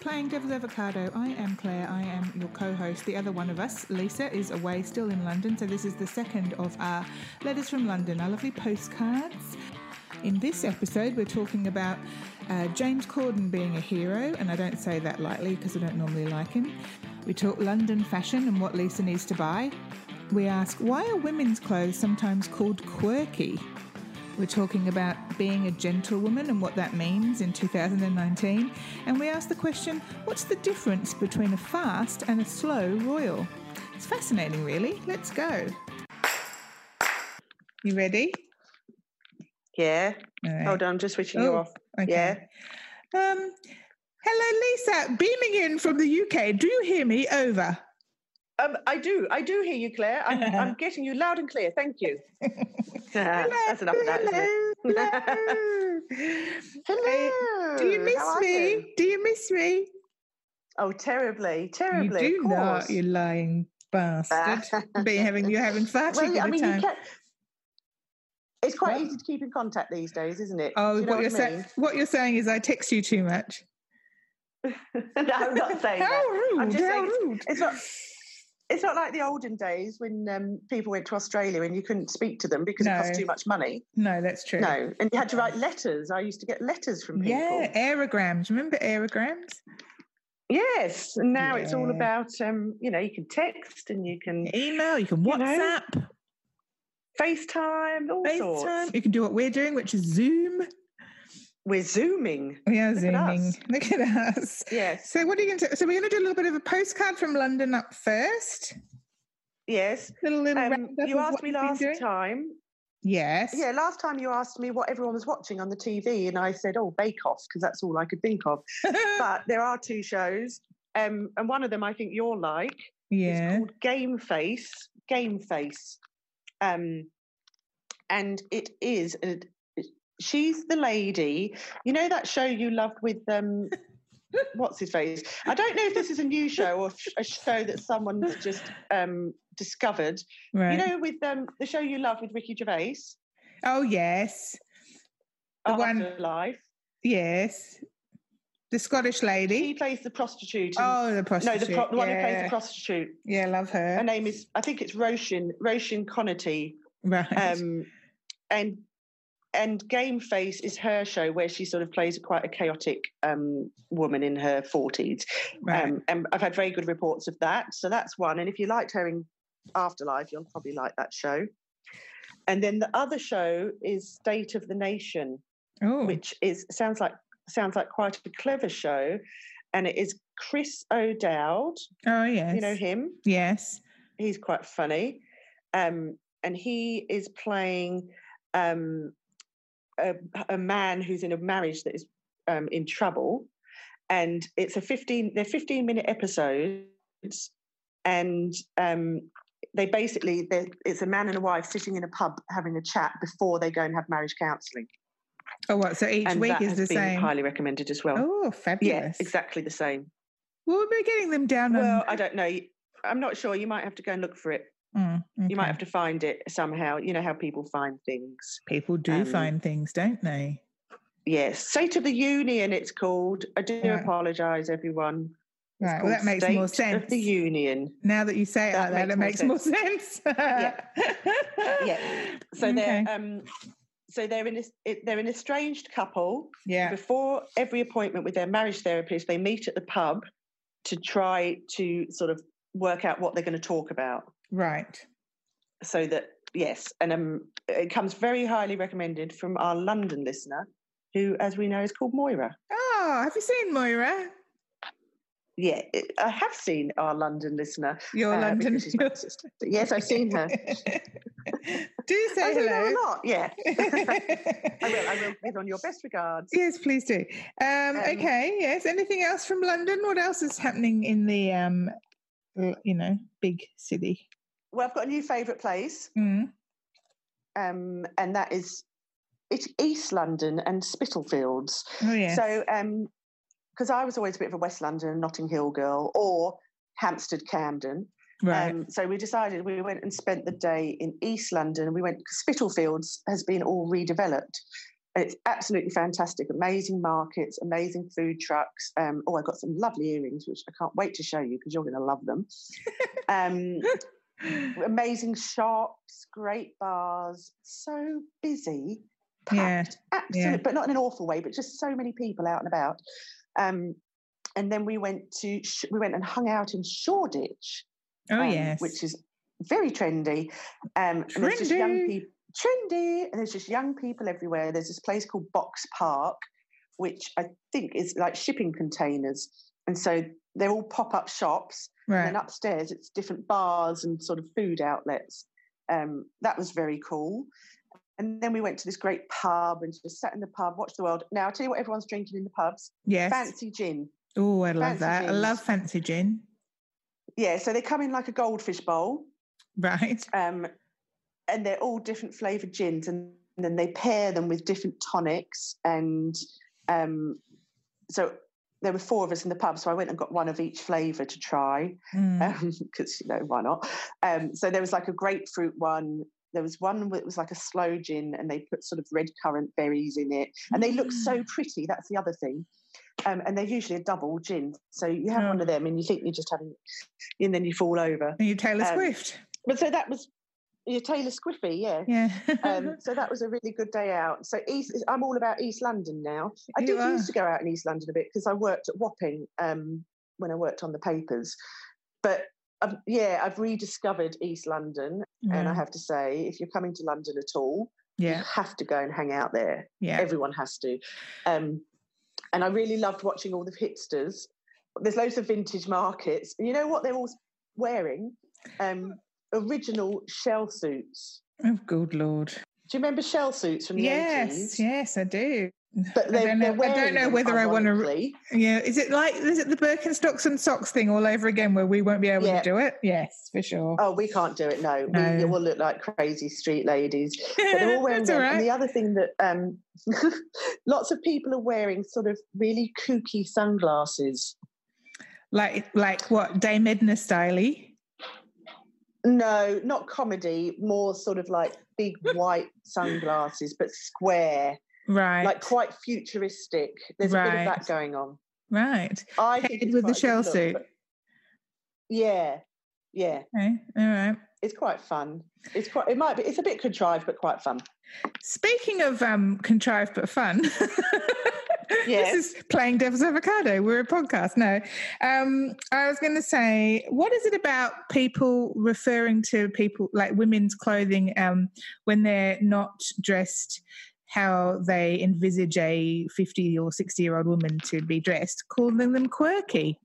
playing Devil's Avocado. I am Claire. I am your co host. The other one of us, Lisa, is away still in London. So this is the second of our Letters from London, our lovely postcards. In this episode, we're talking about uh, James Corden being a hero, and I don't say that lightly because I don't normally like him. We talk London fashion and what Lisa needs to buy. We ask, why are women's clothes sometimes called quirky? We're talking about being a gentlewoman and what that means in 2019. And we asked the question what's the difference between a fast and a slow royal? It's fascinating, really. Let's go. You ready? Yeah. All right. Hold on, I'm just switching you Oh, off. Okay. Yeah. Um, hello, Lisa, beaming in from the UK. Do you hear me? Over. Um, I do, I do hear you, Claire. I'm, I'm getting you loud and clear. Thank you. Ah, Hello, That's enough of that, isn't it? hello, hello. Hello. Do you miss Hmm, how are me? you? Do you miss me? Oh, terribly, terribly. You of do not, course. you lying bastard. Ah. Be having you're having far too well, good I a mean, time. you kept, it's quite What? easy to keep in contact these days, isn't it? Oh, Do you know what you're what I saying? What you're saying is I text you too much. mean? no, I'm not saying How that. rude! I'm just how saying it's- rude! It's not. It's not like the olden days when um, people went to Australia and you couldn't speak to them because it cost No. too much money. No, that's true. No, and you had to write letters. I used to get letters from people. Yeah, aerograms. Remember aerograms? Yes, and now it's all Yeah. about um, you know you can text and you can Email. You can You know, WhatsApp, FaceTime, all sorts. FaceTime. You can do what we're doing, which is Zoom. We're zooming. We are Look at zooming. us. Look at us. Yes, So what are you going to? So we're going to do a little bit of a postcard from London up first. yes. Little little. Um, roundup you of asked what me we've been last doing. time. Yes. Yeah, last time you asked me what everyone was watching on the TV, and I said, "Oh, Bake Off," because that's all I could think of. But there are two shows, um, and one of them I think you'll like. It's yeah. called Game Face. Game Face. Um, and it is. A, she's the lady. You know that show you loved with um, what's his face? I don't know if this is a new show or a show that someone's just um, discovered. Right. You know, with um, the show you love with Ricky Gervais, oh yes. The one- Afterlife. Yes. The Scottish He lady. plays the prostitute. in- Oh, the no, prostitute. the, pro- the one who plays yeah. the prostitute. yeah, love her. Her name is, I think it's Roshan Roshan Connerty. right. um, and and Game Face is her show where she sort of plays quite a chaotic um, woman in her forties. right. Um, and I've had very good reports of that, so that's one. And if you liked her in Afterlife, you'll probably like that show. And then the other show is State of the Nation, oh, which is sounds like sounds like quite a clever show, and it is Chris O'Dowd. oh yes. You know him yes. he's quite funny um and he is playing um a, a man who's in a marriage that is um in trouble and it's a 15 they're 15 minute episodes and um they basically they're- it's a man and a wife sitting in a pub having a chat before they go and have marriage counseling Oh, what? So each and week that is has the been same. highly recommended as well Oh, yeah fabulous. exactly the same Well, we're getting them down. well on, i don't know i'm not sure you might have to go and look for it Mm, you might okay. have to find it somehow you know how people find things People do um, find things, don't they? yes state of the union it's called i do Right. apologize everyone It's Right. Well, that called makes more State sense. of the union now that you say it That like that, makes it more makes more sense. Yeah. so they're um so they're in this it, they're an estranged couple Yeah. before every appointment with their marriage therapist they meet at the pub to try to sort of work out what they're going to talk about Right. so that yes and um it comes very highly recommended from our london listener who as we know is called moira Oh, have you seen Moira? Yeah, it- I have seen our London listener. Your uh, London. because she's my sister. But yes, I've seen her. do say I've seen her a hello. lot. Yeah, I will. I will give on your best regards. Yes, please do. Um, Um, okay. Yes. Anything else from London? What else is happening in the um, l- you know, big city? Well, I've got a new favourite place, Mm. um, and that is it's East London and Spitalfields. Oh yeah. So, because I was always a bit of a West London, Notting Hill girl, or Hampstead, Camden. right. Um, so we decided we went and spent the day in East London. We went Spitalfields has been all redeveloped, And it's absolutely fantastic. Amazing markets, amazing food trucks. Um, oh, I got some lovely earrings, which I can't wait to show you because you're going to love them. um, amazing shops, great bars, so busy, Yeah. packed, absolute, yeah. but not in an awful way, but just so many people out and about. Um, and then we went to Sh- we went and hung out in Shoreditch, Oh um, yes. which is very trendy. Um, And there's just young Trendy. people, trendy, and there's just young people everywhere. There's this place called Box Park, which I think is like shipping containers, and so they're all pop up shops. right. And then upstairs, it's different bars and sort of food outlets. Um, that was very cool. And then we went to this great pub and just sat in the pub, watched the world. Now I'll tell you what everyone's drinking in the pubs: yes. fancy gin. Oh, I love fancy that. I love gins. fancy gin. Yeah, so they come in like a goldfish bowl. Right. um, and they're all different flavored gins, and then they pair them with different tonics. And um, so there were four of us in the pub, so I went and got one of each flavor to try Mm. Uh, because you know why not. Um, so there was like a grapefruit one. There was one that was like a slow gin, and they put sort of red currant berries in it, and they look so pretty. That's the other thing. Um, and they're usually a double gin, so you have Oh. one of them, and you think you're just having, and then you fall over. Are you Taylor um, Swift? But so that was your Taylor Squiffy, yeah. Yeah. Um, so that was a really good day out. So East, I'm all about East London now. I You did are. used to go out in East London a bit because I worked at Wapping um, when I worked on the papers. But I've, yeah, I've rediscovered East London, and I Yeah. have to say, if you're coming to London at all, yeah. you have to go and hang out there. Yeah. Everyone has to. Um, and I really loved watching all the hipsters. There's loads of vintage markets. And you know what they're all wearing? Um, original shell suits. Oh, good lord. Do you remember shell suits from the Yes. 80s? Yes, I do. But they're, I don't know, they're I don't wearing know them, whether I want to. ironically. Yeah. Is it like is it the Birkenstocks and socks thing all over again where we won't be able Yeah. to do it? Yes, for sure. Oh, we can't do it. No, No. we will look like crazy street ladies. But they're all wearing That's all them. right. And the other thing that um, lots of people are wearing sort of really kooky sunglasses. Like like what Dame Edna styley. No, not comedy, more sort of like big white sunglasses, but square, Right. like quite futuristic. There's a bit Right. of that going on. right. I think Paired it's with the quite a good shell look, suit. but- Yeah, yeah, Okay. All right. it's quite fun. It's quite. It might be. It's a bit contrived, but quite fun. Speaking of um, contrived but fun, Yes. this is playing devil's avocado. We're a podcast. No, um, I was going to say, what is it about people referring to people like women's clothing um, when they're not dressed how they envisage a 50 or 60 year old woman to be dressed, calling them quirky?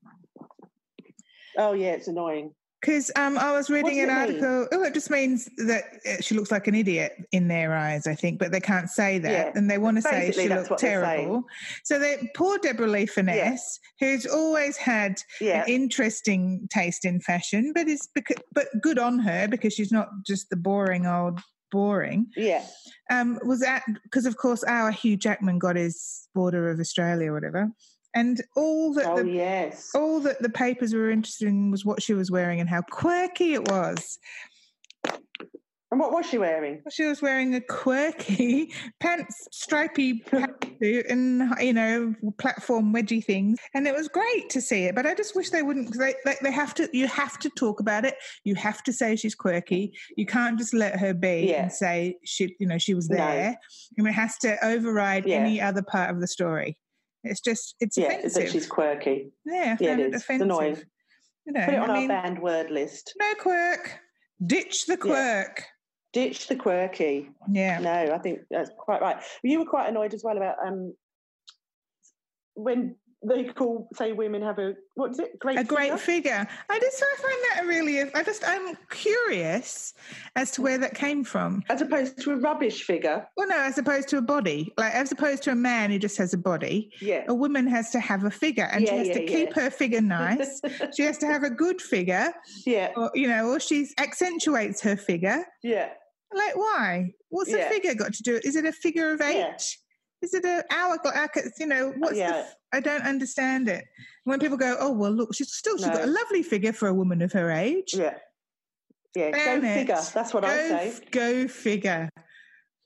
Oh yeah, it's annoying. Because um, I was reading an does it mean? article. Oh, it just means that uh, she looks like an idiot in their eyes, I think, but they can't say that, Yeah. and they want to say Basically, she that's looked what they're saying. terrible. So they poor Deborah Lee Finesse, who's always had Yeah, an interesting taste in fashion, but is becau- but good on her because she's not just the boring old boring. yeah, Um, was at because of course our Hugh Jackman got his Border of Australia, or whatever, and all that oh the yes. all that the papers were interested in was what she was wearing and how quirky it was. And what was she wearing? She was wearing a quirky pants, stripy pantsuit, and you know platform wedgie things, and it was great to see it. But I just wish they wouldn't. 'cause They, they they have to. You have to talk about it. You have to say she's quirky. You can't just let her be Yeah. and say she. You know she was No. there, and it has to override Yeah. any other part of the story. It's just it's Yeah, it's that offensive. she's quirky. yeah, I yeah, found it it is. It's annoying. offensive. You know, Put it on I our mean, banned word list. no quirk. Ditch the quirk. Ditch the quirky. Yeah. No, I think that's quite right. You were quite annoyed as well about um when they call say women have a what is it? Great A great figure? figure. I just I find that really. I just I'm curious as to where that came from. as opposed to a rubbish figure. Well, no, as opposed to a body, like as opposed to a man who just has a body, Yeah. a woman has to have a figure, and she Yeah, has to yeah, keep her figure nice. she has to have a good figure, yeah, or you know, or she accentuates her figure. yeah. Like, why? What's a Yeah. figure got to do? Is it a figure of eight? Yeah. Is it an hour? You know, what's the Yeah. f- I don't understand it. When people go, oh well, look, she's still she's got a No. lovely figure for a woman of her age. Yeah. Yeah, Damn go it. figure. That's what Go, I say. f- go figure.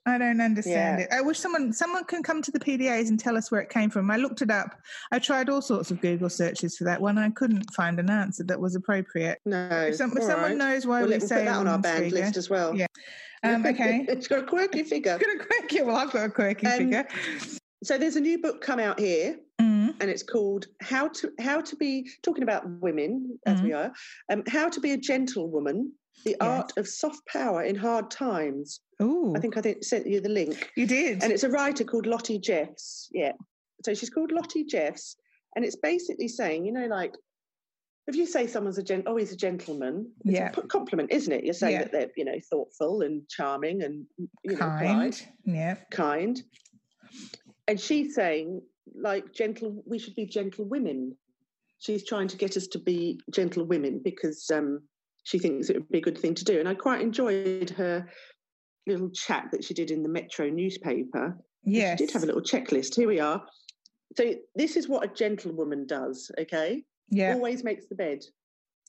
I don't understand Yeah. it. I wish someone someone can come to the PDAs and tell us where it came from. I looked it up. I tried all sorts of Google searches for that one. I couldn't find an answer that was appropriate. No. If, some, if Oh, all someone right. knows why Well, we we'll put say that on our woman's band figure. list as well. Yeah. Um, okay. it's got a quirky figure. got a quirky. Well, I've got a quirky Um, figure. So there's a new book come out here, Mm, and it's called "How to How to Be Talking About Women as we Mm-hmm. are, um, How to Be a Gentlewoman: The Art of Soft Power in Hard Times." Ooh, I think I think sent you the link, you did. and it's a writer called Lottie Jeffs. Yeah, so she's called Lottie Jeffs, and it's basically saying, you know, like if you say someone's a gent, oh, he's a gentleman, it's Yeah. a p- compliment, isn't it? You're saying Yeah. that they're, you know, thoughtful and charming and you know, polite kind. Yeah. kind. And she's saying, like, gentle, we should be gentle women. She's trying to get us to be gentle women because um, she thinks it would be a good thing to do. And I quite enjoyed her little chat that she did in the Metro newspaper. Yes. She did have a little checklist. Here we are. So, this is what a gentlewoman does, okay? Yeah. Always makes the bed.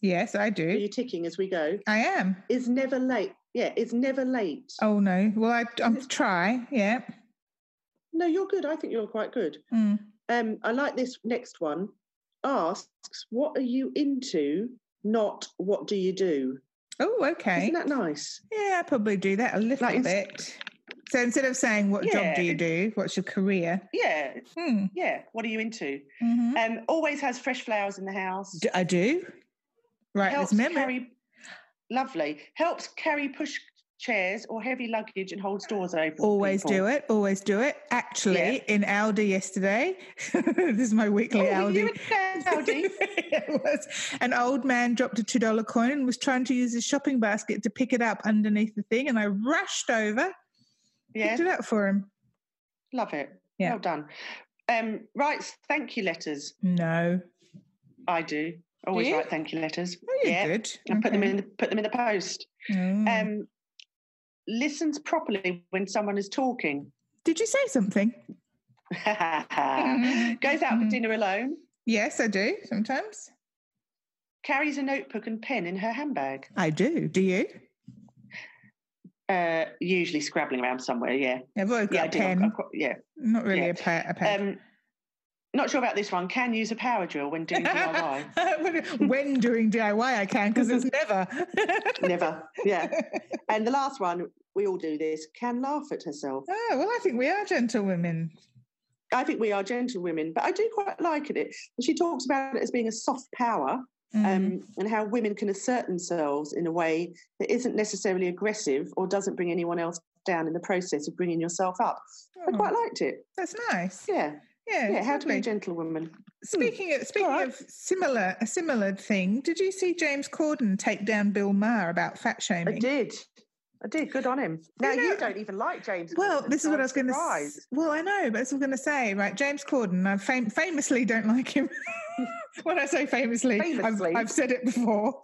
Yes, I Are do. you ticking as we go? I am. Is never late. Yeah, is never late. Oh no. Well, I I'm it- try. Yeah. No, you're good. I think you're quite good. Mm. Um, I like this next one. Asks, what are you into? Not what do you do? Oh, okay. Isn't that nice? yeah, I probably do that a little Like ins- bit. So instead of saying what job do Yeah. you do, what's your career? Yeah, Hmm. yeah. What are you into? mhm. Um, always has fresh flowers in the house. D- I do. Right, helps this memory. carry, lovely. Helps carry push chairs or heavy luggage and holds doors open. for Always people. do it. Always do it. Actually, in Aldi yesterday, this is my weekly Oh, were Aldi. you in Aldi? it was an old man dropped a two dollar coin and was trying to use his shopping basket to pick it up underneath the thing, and I rushed over, yeah, picked it up for him. love it. Yeah. Well done. Um, writes thank you letters. No, I do. Always you? write thank you letters. oh, you yeah. good. And put them in the, put them in the post. Mm. um, listens properly when someone is talking. Did you say something? Goes out for Mhm. dinner alone, Yes, I do sometimes. carries a notebook and pen in her handbag, I do. Do you? uh, usually scrabbling around somewhere. Yeah, I've always got yeah, I a do. I've pen. got- I've got- yeah. Not really yeah. a, pa- a pen. Um, not sure about this one. Can use a power drill when doing DIY. when doing DIY, I can because it's never. Ah, Never. Yeah. And the last one, we all do this. Can laugh at herself. oh well, I think we are gentlewomen. I think we are gentlewomen, but I do quite like it. She talks about it as being a soft power. Mm. um, and how women can assert themselves in a way that isn't necessarily aggressive or doesn't bring anyone else down in the process of bringing yourself up. I Oh, quite liked it. that's nice. Yeah, Yeah, yeah. it's how to be a lovely. gentlewoman? Speaking of speaking alright. of similar a similar thing, did you see James Corden take down Bill Maher about fat I shaming? did. I did. Good on him. Now You you, know- don't even like James. Well, Corden, this so is what I'm I was going to. surprised. S- well, I know, but that's what I was going to say. Right, James Corden. I fam- famously don't like him. when I say famously, I've- Famously. I've, said it before.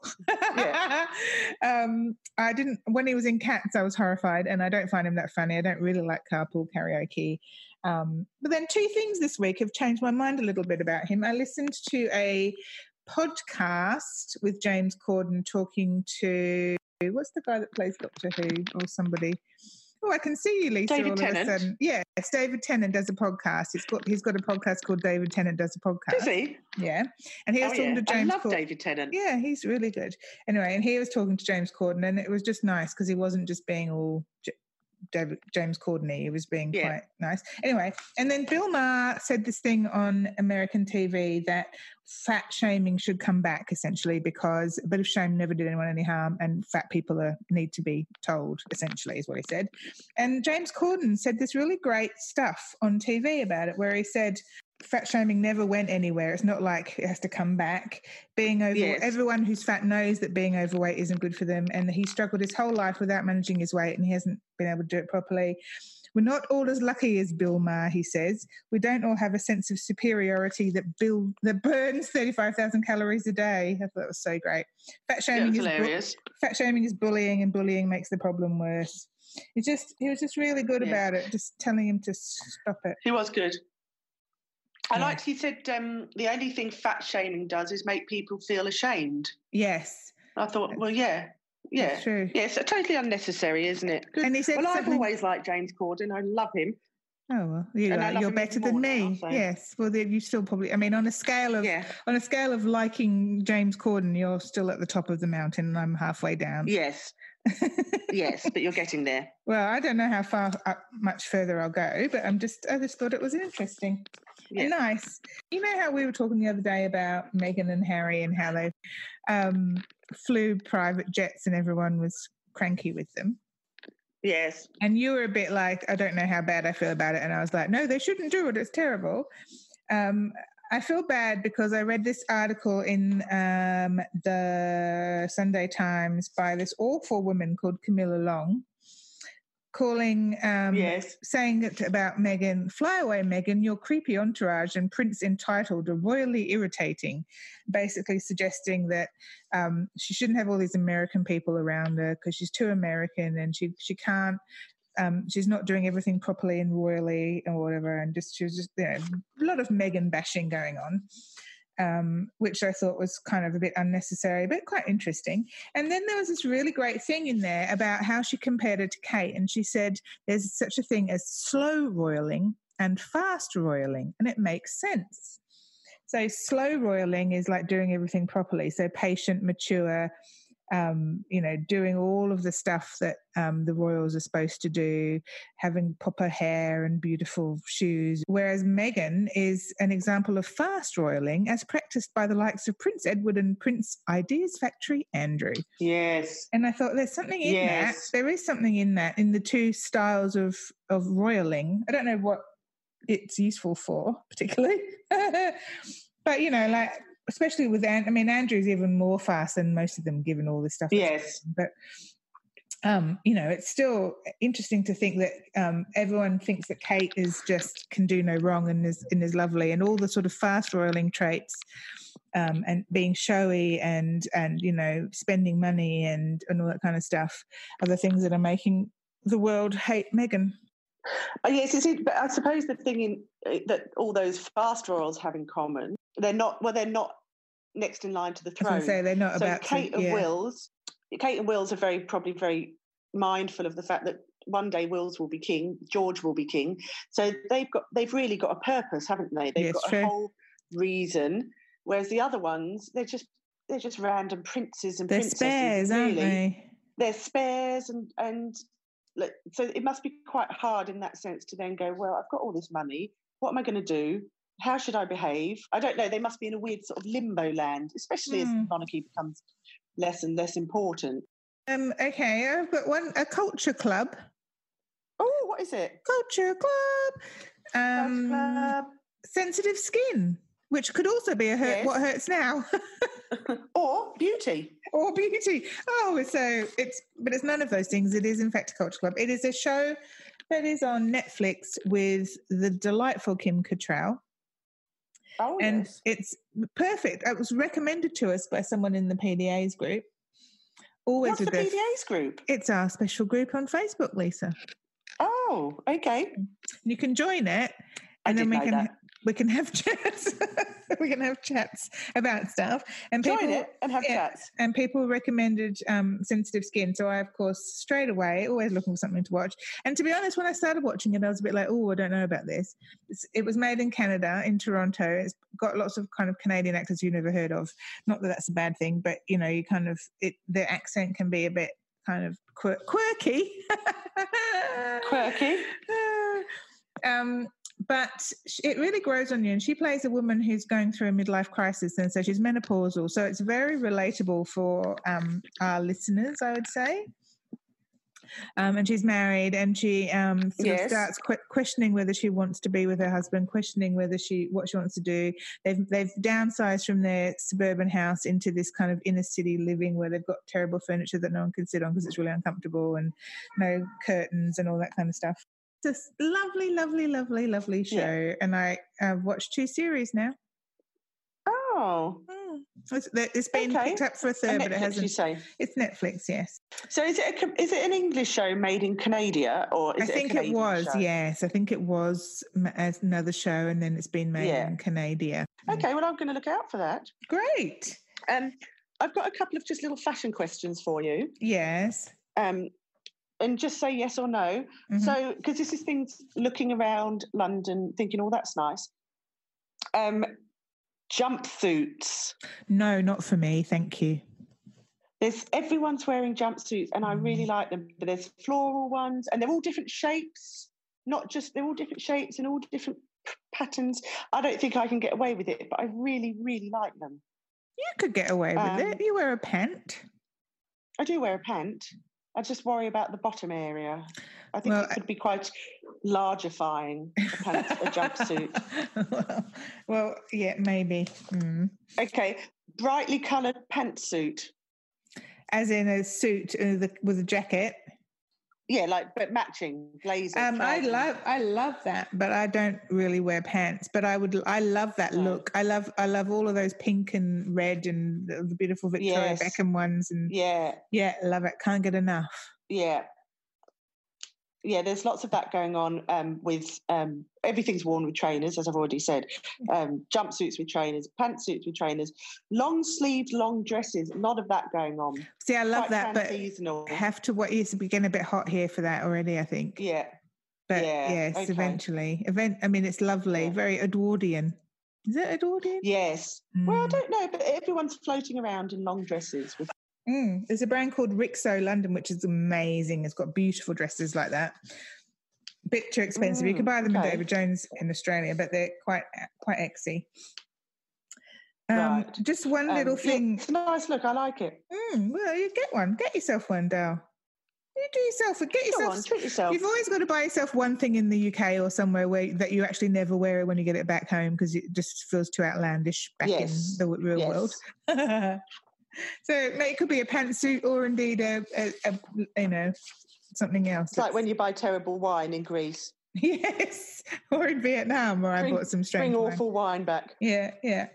Yeah. um, I didn't when he was in Cats. I was horrified, and I don't find him that funny. I don't really like carpool karaoke. Um, but then two things this week have changed my mind a little bit about him. I listened to a podcast with James Corden talking to what's the guy that plays Doctor Who or somebody. Oh, I can see you, Lisa. David all Of Tennant. a sudden. Yes, David Tennant does a podcast. It's got he's got a podcast called David Tennant does a podcast. Does he? Yeah, and he was Oh, talking yeah. to I James. love Corden. David Tennant. Yeah, he's really good. Anyway, and he was talking to James Corden, and it was just nice because he wasn't just being all J- David, James Corden. He was being Yeah. quite nice. Anyway, and then Bill Maher said this thing on American TV that fat shaming should come back essentially because a bit of shame never did anyone any harm, and fat people are, need to be told essentially is what he said. And James Corden said this really great stuff on TV about it, where he said. Fat shaming never went anywhere. It's not like it has to come back being over Yes. everyone who's fat knows that being overweight isn't good for them and he struggled his whole life without managing his weight and he hasn't been able to do it properly we're not all as lucky as bill maher he says we don't all have a sense of superiority that bill that burns 35000 calories a day i thought that was so great fat That shaming was is bu- hilarious. fat shaming is bullying and bullying makes the problem worse it just he was just really good Yeah. about it just telling him to stop it He was good. I Yeah. liked. He said um, the only thing fat shaming does is make people feel ashamed. yes I thought, well, yeah, Yeah. That's true. Yeah, it's totally unnecessary, isn't it? Good. And he said well, I've something- always liked James Corden. I love him. Oh well, you And I are, love you're him even better than more now, me. so- Yes. Well, then you still probably. I mean, on a scale of Yeah. on a scale of liking James Corden, you're still at the top of the mountain, and I'm halfway down. Yes. yes, but you're getting there. Well, I don't know how far up, much further I'll go, but I'm just I just thought it was interesting Yeah. and nice. You know how we were talking the other day about Meghan and Harry and how they um, flew private jets and everyone was cranky with them. Yes. And you were a bit like, I don't know how bad I feel about it, and I was like, no, they shouldn't do it. It's terrible. Um, I feel bad because I read this article in um, the Sunday Times by this awful woman called Camilla Long, calling um, yes. saying it about Megan, fly away, Megan, your creepy entourage and Prince entitled are royally irritating, basically suggesting that um, she shouldn't have all these American people around her because she's too American and she, she can't. Um, she's not doing everything properly and royally or whatever, and just she was just you know, a lot of Megan bashing going on, um, which I thought was kind of a bit unnecessary, but quite interesting. And then there was this really great thing in there about how she compared her to Kate, and she said there's such a thing as slow roiling and fast roiling, and it makes sense. So, slow roiling is like doing everything properly. So, patient, mature, um, you know, doing all of the stuff that um, the royals are supposed to do, having proper hair and beautiful shoes. Whereas Meghan is an example of fast roiling as practiced by the likes of Prince Edward and Prince Ideas Factory Andrew. Yes. And I thought there's something in Yes. that. There is something in that in the two styles of of roiling. I don't know what it's useful for particularly, but you know, like especially with An- I mean Andrew's even more fast than most of them, given all this stuff. that's Yes. but um, you know, it's still interesting to think that um, everyone thinks that Kate is just can do no wrong and is and is lovely, and all the sort of fast roiling traits, um, and being showy and and you know spending money and and all that kind of stuff are the things that are making the world hate Meghan. Oh, yes, it's, it, but I suppose the thing in, eh, that all those fast royals have in common, they're not, well, they're not next in line to the I was going throne. to say they're not so about to- Kate and yeah. Wills, Kate and Wills are very, probably very mindful of the fact that one day Wills will be king, George will be king. So they've got, they've really got a purpose, haven't they? They've Yes, got true. a whole reason. Whereas the other ones, they're just, they're just random princes and They're princesses. spares, aren't really. they? They're spares and and like, so it must be quite hard in that sense to then go well i've got all this money what am i going to do how should i behave i don't know they must be in a weird sort of limbo land especially as the Mm. monarchy becomes less and less important Um, okay, I've got one a culture club. oh what is it Culture club. Club, Um, club. sensitive skin, which could also be a hurt, Yes. what hurts now or beauty or beauty. Oh, so it's but it's none of those things. It is in fact a culture club. It is a show that is on Netflix with the delightful Kim Cattrall, oh and yes it's perfect. It was recommended to us by someone in the PDA's group. Always what's the with their- pda's group It's our special group on Facebook, Lisa. oh okay You can join it, I and then didn't we know can that. we can have chats. we can have chats about stuff, and join people it and have yeah. chats and people recommended um, Sensitive Skin. So I, of course, straight away, always looking for something to watch. And to be honest, when I started watching it, I was a bit like, oh, I don't know about this. It's, it was made in Canada, in Toronto. It's got lots of kind of Canadian actors you've never heard of. Not that that's a bad thing, but you know, you kind of, it, their accent can be a bit kind of quir- quirky. quirky um, but sh- it really grows on you. And she plays a woman who's going through a midlife crisis, and so she's menopausal. So it's very relatable for um, our listeners, I would say. Um, and she's married, and she um, sort of Yes. starts que- questioning whether she wants to be with her husband, questioning whether she what she wants to do. They've they've downsized from their suburban house into this kind of inner city living where they've got terrible furniture that no one can sit on because it's really uncomfortable and no curtains and all that kind of stuff this lovely, lovely, lovely, lovely show, Yeah. and I have watched two series now. oh It's, it's been Okay. picked up for a and third, but it Netflix, you hasn't. say It's Netflix, yes. so is it a, com- is it an english show made in canada or is I it a think it Canadian was. show? Yes, I think it was m- as another show, and then it's been made Yeah. in Canada. Okay, well, I'm going to look out for that. Great. Um, I've got a couple of just little fashion questions for you. Yes. Um, and just say yes or no. Mhm. So, because this is things looking around London, thinking, oh, that's nice. Um, jumpsuits. no, not for me. Thank you. There's everyone's wearing jumpsuits, and I really Mm. like them. But there's floral ones, and they're all different shapes. Not just they're all different shapes and all different p- patterns. I don't think I can get away with it, but I really, really like them. You could get away with Um, it. You wear a pant. I do wear a pant. I just worry about the bottom area. I think Well, it could be quite largifying a, pant, a jumpsuit. well, well, yeah, maybe. Mm. Okay, brightly coloured pantsuit. As in a suit uh, the, with a jacket. Yeah, like but matching blazer. Um, I trousers. love, I love that, but I don't really wear pants. But I would, I love that No. look. I love, I love all of those pink and red and the the beautiful Victoria Yes. Beckham ones. And Yeah, yeah, love it. Can't get enough. yeah, yeah. There's lots of that going on um, with um, everything's worn with trainers, as I've already said. Mm. Um, jumpsuits with trainers, pantsuits with trainers, long sleeved, long dresses. A lot of that going on. See, I love Quite that, fan but seasonal. have to what is getting a bit hot here for that already. I think. yeah, But Yeah, yes, okay. eventually. Event. I mean, it's lovely. Yeah. Very Edwardian. Is it Edwardian? yes. Well, I Mm. don't know, but everyone's floating around in long dresses with Mm. There's a brand called Rixo London, which is amazing. It's got beautiful dresses like that. Bit too expensive. you Mm, can buy them in okay. David Jones in Australia, but they're quite quite exy. Um, Right. Just one um, little yeah, thing. it's a nice look. I like it. Mm, well, you get one. Get yourself one, Dale. You do yourself. a- Get Go yourself. on, treat yourself. You've always got to buy yourself one thing in the UK or somewhere where that you actually never wear it when you get it back home because it just feels too outlandish back Yes, in the w- real world. so no, it could be a pantsuit or indeed a, a, a you know something else. It's like when you buy terrible wine in Greece. yes, or in Vietnam where Bring- I bought some strange Bring wine. awful wine back. Yeah, yeah.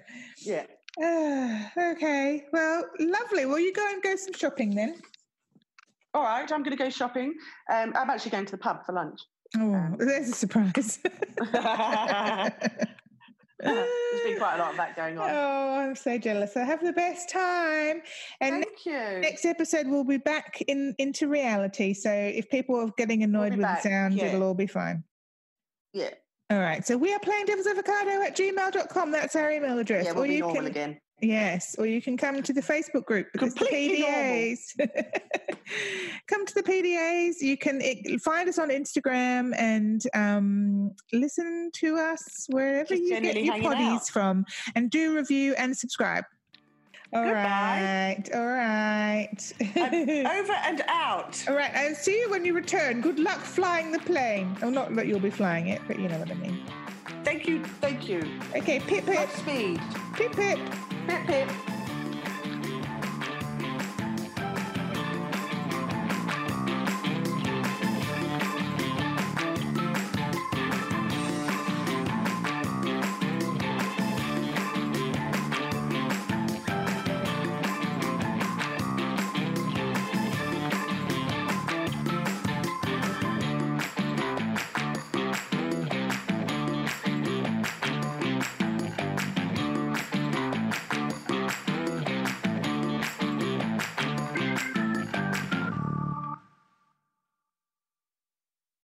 Yeah. Ah, okay, well, lovely. Well, you go and go some shopping then. All right, I'm going to go shopping. Um, I'm actually going to the pub for lunch. Oh, Um, there's a surprise. There's been quite a lot of that going on. Oh, I'm so jealous. I have the best time. And Thank you. next episode we'll be back in into reality. So if people are getting annoyed be with back, the sound, yeah. it'll all be fine. yeah, All right. So we are playing devil's avocado at gmail.com. That's our email address. yeah, we'll be normal can again. Yes, or you can come to the Facebook group because the Completely normal. PDAs. come to the PDAs. You can it, find us on Instagram and um, listen to us wherever Just you get generally your hanging poddies out. from, and do review and subscribe. All Goodbye. right, all right, Over and out. all right. I'll see you when you return. Good luck flying the plane. Well, not that you'll be flying it, but you know what I mean. Thank you. Thank you. Okay, pip pip, Top speed. pip pip. Pip, pip.